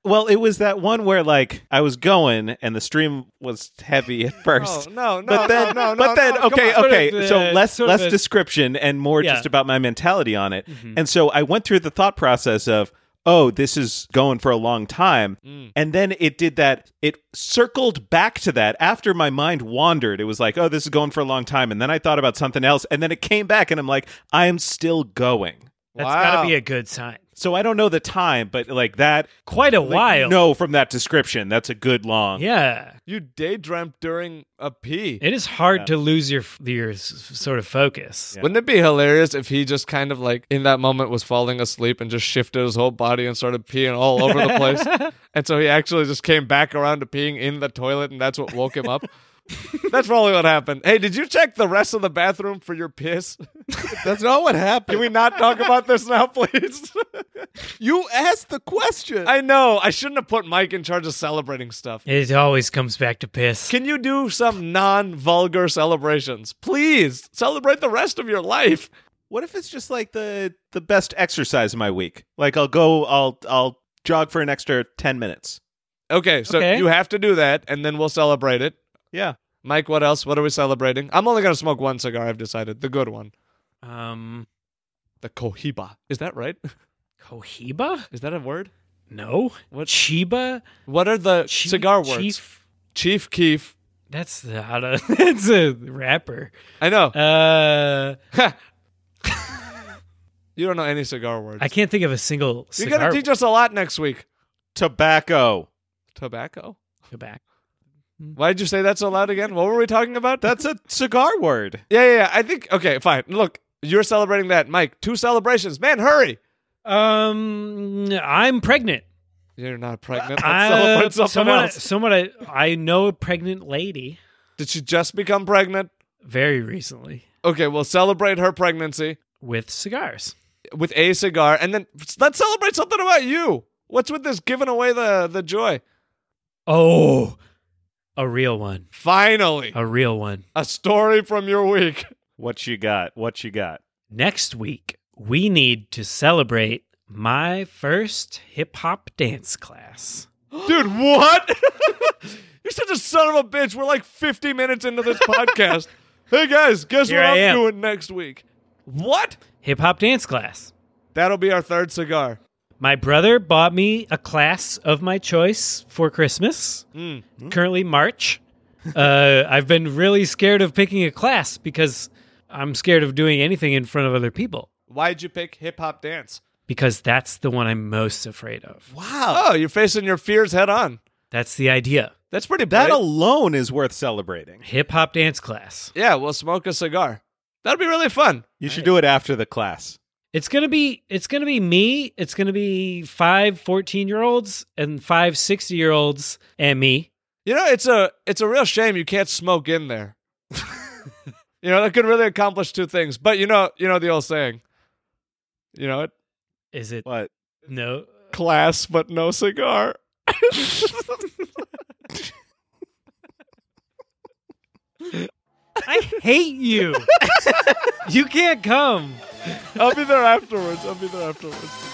Speaker 1: well, it was that one where like I was going and the stream was heavy at
Speaker 2: No,
Speaker 1: first.
Speaker 2: Oh, no, no,
Speaker 1: but then,
Speaker 2: no, no,
Speaker 1: but
Speaker 2: no,
Speaker 1: then,
Speaker 2: no, come
Speaker 1: okay,
Speaker 2: on.
Speaker 1: okay.
Speaker 3: Sort of,
Speaker 1: so
Speaker 3: uh,
Speaker 1: less,
Speaker 3: sort
Speaker 1: less
Speaker 3: of a-
Speaker 1: description and more
Speaker 3: Yeah.
Speaker 1: just about my mentality on it.
Speaker 2: Mm-hmm.
Speaker 1: And so I went through the thought process of, oh, this is going for a long time.
Speaker 2: Mm.
Speaker 1: And then it did that. It circled back to that after my mind wandered. It was like, oh, this is going for a long time. And then I thought about something else. And then it came back and I'm like, I am still going.
Speaker 3: That's
Speaker 2: Wow.
Speaker 3: got to be a good sign.
Speaker 1: So I don't know the time, but like that.
Speaker 3: Quite a
Speaker 1: like,
Speaker 3: while.
Speaker 1: No, from that description, that's a good long.
Speaker 3: Yeah.
Speaker 2: You daydreamt during a pee.
Speaker 3: It is hard
Speaker 1: Yeah.
Speaker 3: to lose your your s- sort of focus.
Speaker 1: Yeah.
Speaker 2: Wouldn't it be hilarious if he just kind of like in that moment was falling asleep and just shifted his whole body and started peeing all over the place? And so he actually just came back around to peeing in the toilet and that's what woke him up. that's probably what happened. Hey, did you check the rest of the bathroom for your piss?
Speaker 4: That's not what
Speaker 2: Can
Speaker 4: happened.
Speaker 2: we not talk about this now, please?
Speaker 4: you asked the question.
Speaker 2: I know. I shouldn't have put Mike in charge of celebrating stuff.
Speaker 3: It always comes back to piss.
Speaker 2: Can you do some non vulgar celebrations? Please celebrate the rest of your life.
Speaker 1: What if it's just like the the best exercise of my week? Like I'll go, I'll I'll jog for an extra ten minutes.
Speaker 2: Okay, so
Speaker 3: Okay.
Speaker 2: you have to do that and then we'll celebrate it.
Speaker 1: Yeah.
Speaker 2: Mike, what else? What are we celebrating? I'm only going to smoke one cigar, I've decided. The good one.
Speaker 3: Um,
Speaker 2: The Cohiba. Is that right?
Speaker 3: Cohiba?
Speaker 2: Is that a word?
Speaker 3: No.
Speaker 2: What-
Speaker 3: Chiba?
Speaker 2: What are the
Speaker 3: Chi-
Speaker 2: cigar words?
Speaker 3: Chief?
Speaker 2: Chief Keef.
Speaker 3: That's the how to. That's a rapper.
Speaker 2: I know.
Speaker 3: Uh,
Speaker 2: you don't know any cigar words.
Speaker 3: I can't think of a single
Speaker 2: You're
Speaker 3: cigar.
Speaker 2: going to teach us a lot next week.
Speaker 1: Tobacco.
Speaker 2: Tobacco.
Speaker 3: Go back.
Speaker 2: Why'd you say that so loud again? What were we talking about?
Speaker 1: That's a cigar word.
Speaker 2: yeah, yeah, yeah. I think, okay, fine. Look, you're celebrating that. Mike, two celebrations. Man, hurry.
Speaker 3: Um, I'm pregnant.
Speaker 2: You're not pregnant. Let's
Speaker 3: Uh,
Speaker 2: celebrate something
Speaker 3: someone,
Speaker 2: else.
Speaker 3: someone I, I know a pregnant lady
Speaker 2: Did she just become pregnant?
Speaker 3: very recently
Speaker 2: Okay, we'll celebrate her pregnancy.
Speaker 3: with cigars.
Speaker 2: with a cigar, and then let's celebrate something about you. What's with this giving away the the joy?
Speaker 3: Oh, a real one.
Speaker 2: Finally,
Speaker 3: A real one.
Speaker 2: a story from your week.
Speaker 1: What you got? What you got?
Speaker 3: Next week, we need to celebrate my first hip hop dance class.
Speaker 2: Dude, what? You're such a son of a bitch. We're like 50 minutes into this podcast. hey guys, guess
Speaker 3: Here
Speaker 2: what
Speaker 3: I
Speaker 2: I'm
Speaker 3: am.
Speaker 2: doing next week? What?
Speaker 3: Hip hop dance class.
Speaker 2: That'll be our third cigar.
Speaker 3: My brother bought me a class of my choice for Christmas.
Speaker 2: Mm.
Speaker 3: Currently, March. uh, I've been really scared of picking a class because I'm scared of doing anything in front of other people
Speaker 2: Why'd you pick hip hop dance?
Speaker 3: because that's the one I'm most afraid of.
Speaker 1: Wow.
Speaker 2: Oh, you're facing your fears head on.
Speaker 3: That's the idea.
Speaker 2: That's pretty
Speaker 1: That
Speaker 2: brave.
Speaker 1: alone is worth celebrating.
Speaker 3: Hip hop dance class.
Speaker 2: yeah, we'll smoke a cigar. That'll be really fun.
Speaker 1: You should do it after the class.
Speaker 3: It's going to be it's going to be me, it's going to be five 14-year-olds and five 60-year-olds and me.
Speaker 2: You know, it's a it's a real shame you can't smoke in there. you know, that could really accomplish two things. But you know, you know the old saying. You know it?
Speaker 3: Is it
Speaker 1: What?
Speaker 3: no?
Speaker 2: Class but no cigar.
Speaker 3: I hate you. you can't come.
Speaker 2: I'll be there afterwards. I'll be there afterwards.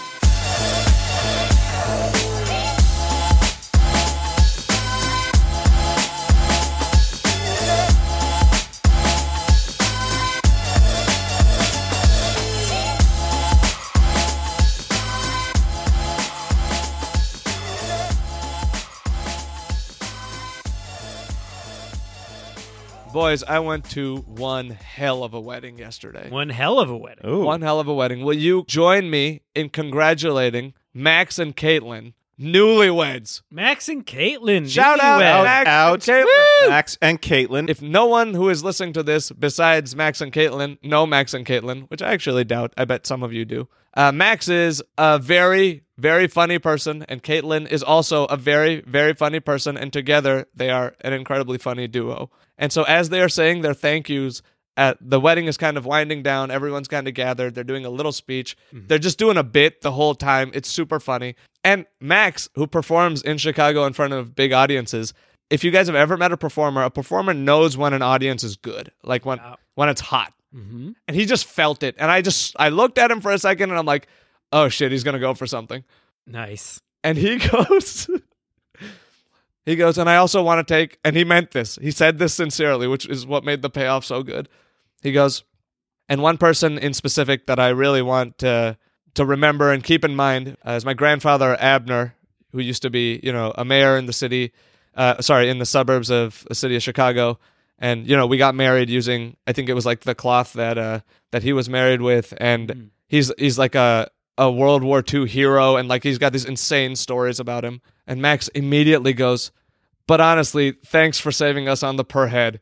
Speaker 2: Boys, I went to one hell of a wedding yesterday.
Speaker 3: One hell of a wedding.
Speaker 1: Ooh.
Speaker 2: One hell of a wedding. Will you join me in congratulating Max and Caitlin, newlyweds?
Speaker 3: Max and Caitlin.
Speaker 2: Shout out,
Speaker 3: newlyweds.
Speaker 2: Max. and
Speaker 1: out
Speaker 2: Caitlin.
Speaker 1: Max and Caitlin.
Speaker 2: If no one who is listening to this besides Max and Caitlin know Max and Caitlin, which I actually doubt, I bet some of you do. Uh, Max is a very, very funny person, and Caitlin is also a very, very funny person, and together they are an incredibly funny duo. And so, as they are saying their thank yous, at the wedding is kind of winding down. Everyone's kind of gathered. They're doing a little speech. They're just doing a bit the whole time. It's super funny. And Max, who performs in Chicago in front of big audiences, if you guys have ever met a performer, a performer knows when an audience is good, like when
Speaker 3: Yeah.
Speaker 2: when it's hot.
Speaker 3: Mhm.
Speaker 2: And he just felt it. And I just I looked at him for a second and I'm like, "Oh shit, he's going to go for something."
Speaker 3: Nice.
Speaker 2: And he goes He goes, "And I also want to take and he meant this. He said this sincerely, which is what made the payoff so good. He goes, "And one person in specific that I really want to to remember and keep in mind uh, is my grandfather Abner, who used to be, you know, a mayor in the city, uh, sorry, in the suburbs of the city of Chicago. And you know, we got married using, I think it was like the cloth that uh, that he was married with, and
Speaker 3: Mm.
Speaker 2: he's he's like a a World War II hero, and like he's got these insane stories about him. And Max immediately goes, "But honestly, thanks for saving us on the per head."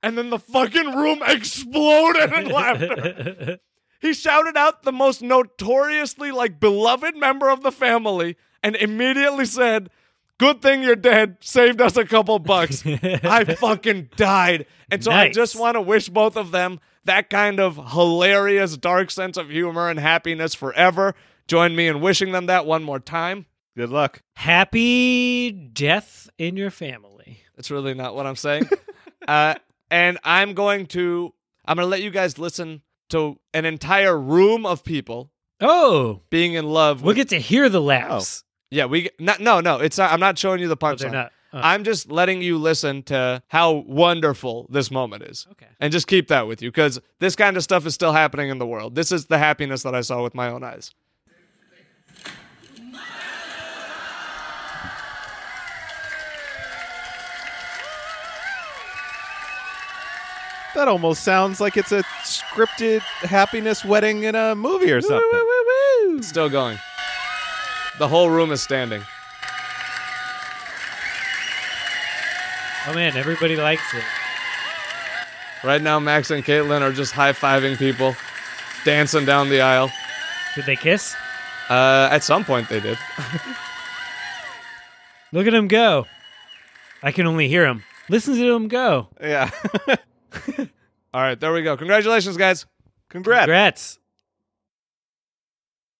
Speaker 2: And then the fucking room exploded in laughter. He shouted out the most notoriously like beloved member of the family and immediately said, Good thing you're dead. Saved us a couple bucks. I fucking died. And so I
Speaker 3: Nice.
Speaker 2: just want to wish both of them that kind of hilarious, dark sense of humor and happiness forever. Join me in wishing them that one more time.
Speaker 1: Good luck.
Speaker 3: Happy death in your family.
Speaker 2: That's really not what I'm saying. uh, and I'm going to I'm going to let you guys listen to an entire room of people
Speaker 3: Oh,
Speaker 2: being in love.
Speaker 3: we'll
Speaker 2: With,
Speaker 3: get to hear
Speaker 2: Oh,
Speaker 3: the laughs.
Speaker 2: yeah, we not, no no. It's not, I'm not showing you the
Speaker 3: Oh, they're
Speaker 2: punchline.
Speaker 3: not. oh,
Speaker 2: I'm just letting you listen to how wonderful this moment is.
Speaker 3: okay.
Speaker 2: And just keep that with you because this kind of stuff is still happening in the world. This is the happiness that I saw with my own eyes.
Speaker 1: That almost sounds like it's a scripted happiness wedding in a movie or something.
Speaker 2: It's still going. The whole room is standing.
Speaker 3: Oh man, everybody likes it.
Speaker 2: Right now, Max and Caitlin are just high fiving people, dancing down the aisle.
Speaker 3: Did they kiss?
Speaker 2: Uh, at some point, they did.
Speaker 3: Look at him go. I can only hear him. Listen to him go.
Speaker 1: Yeah.
Speaker 2: All right, there we go. Congratulations, guys.
Speaker 1: Congrats.
Speaker 3: Congrats.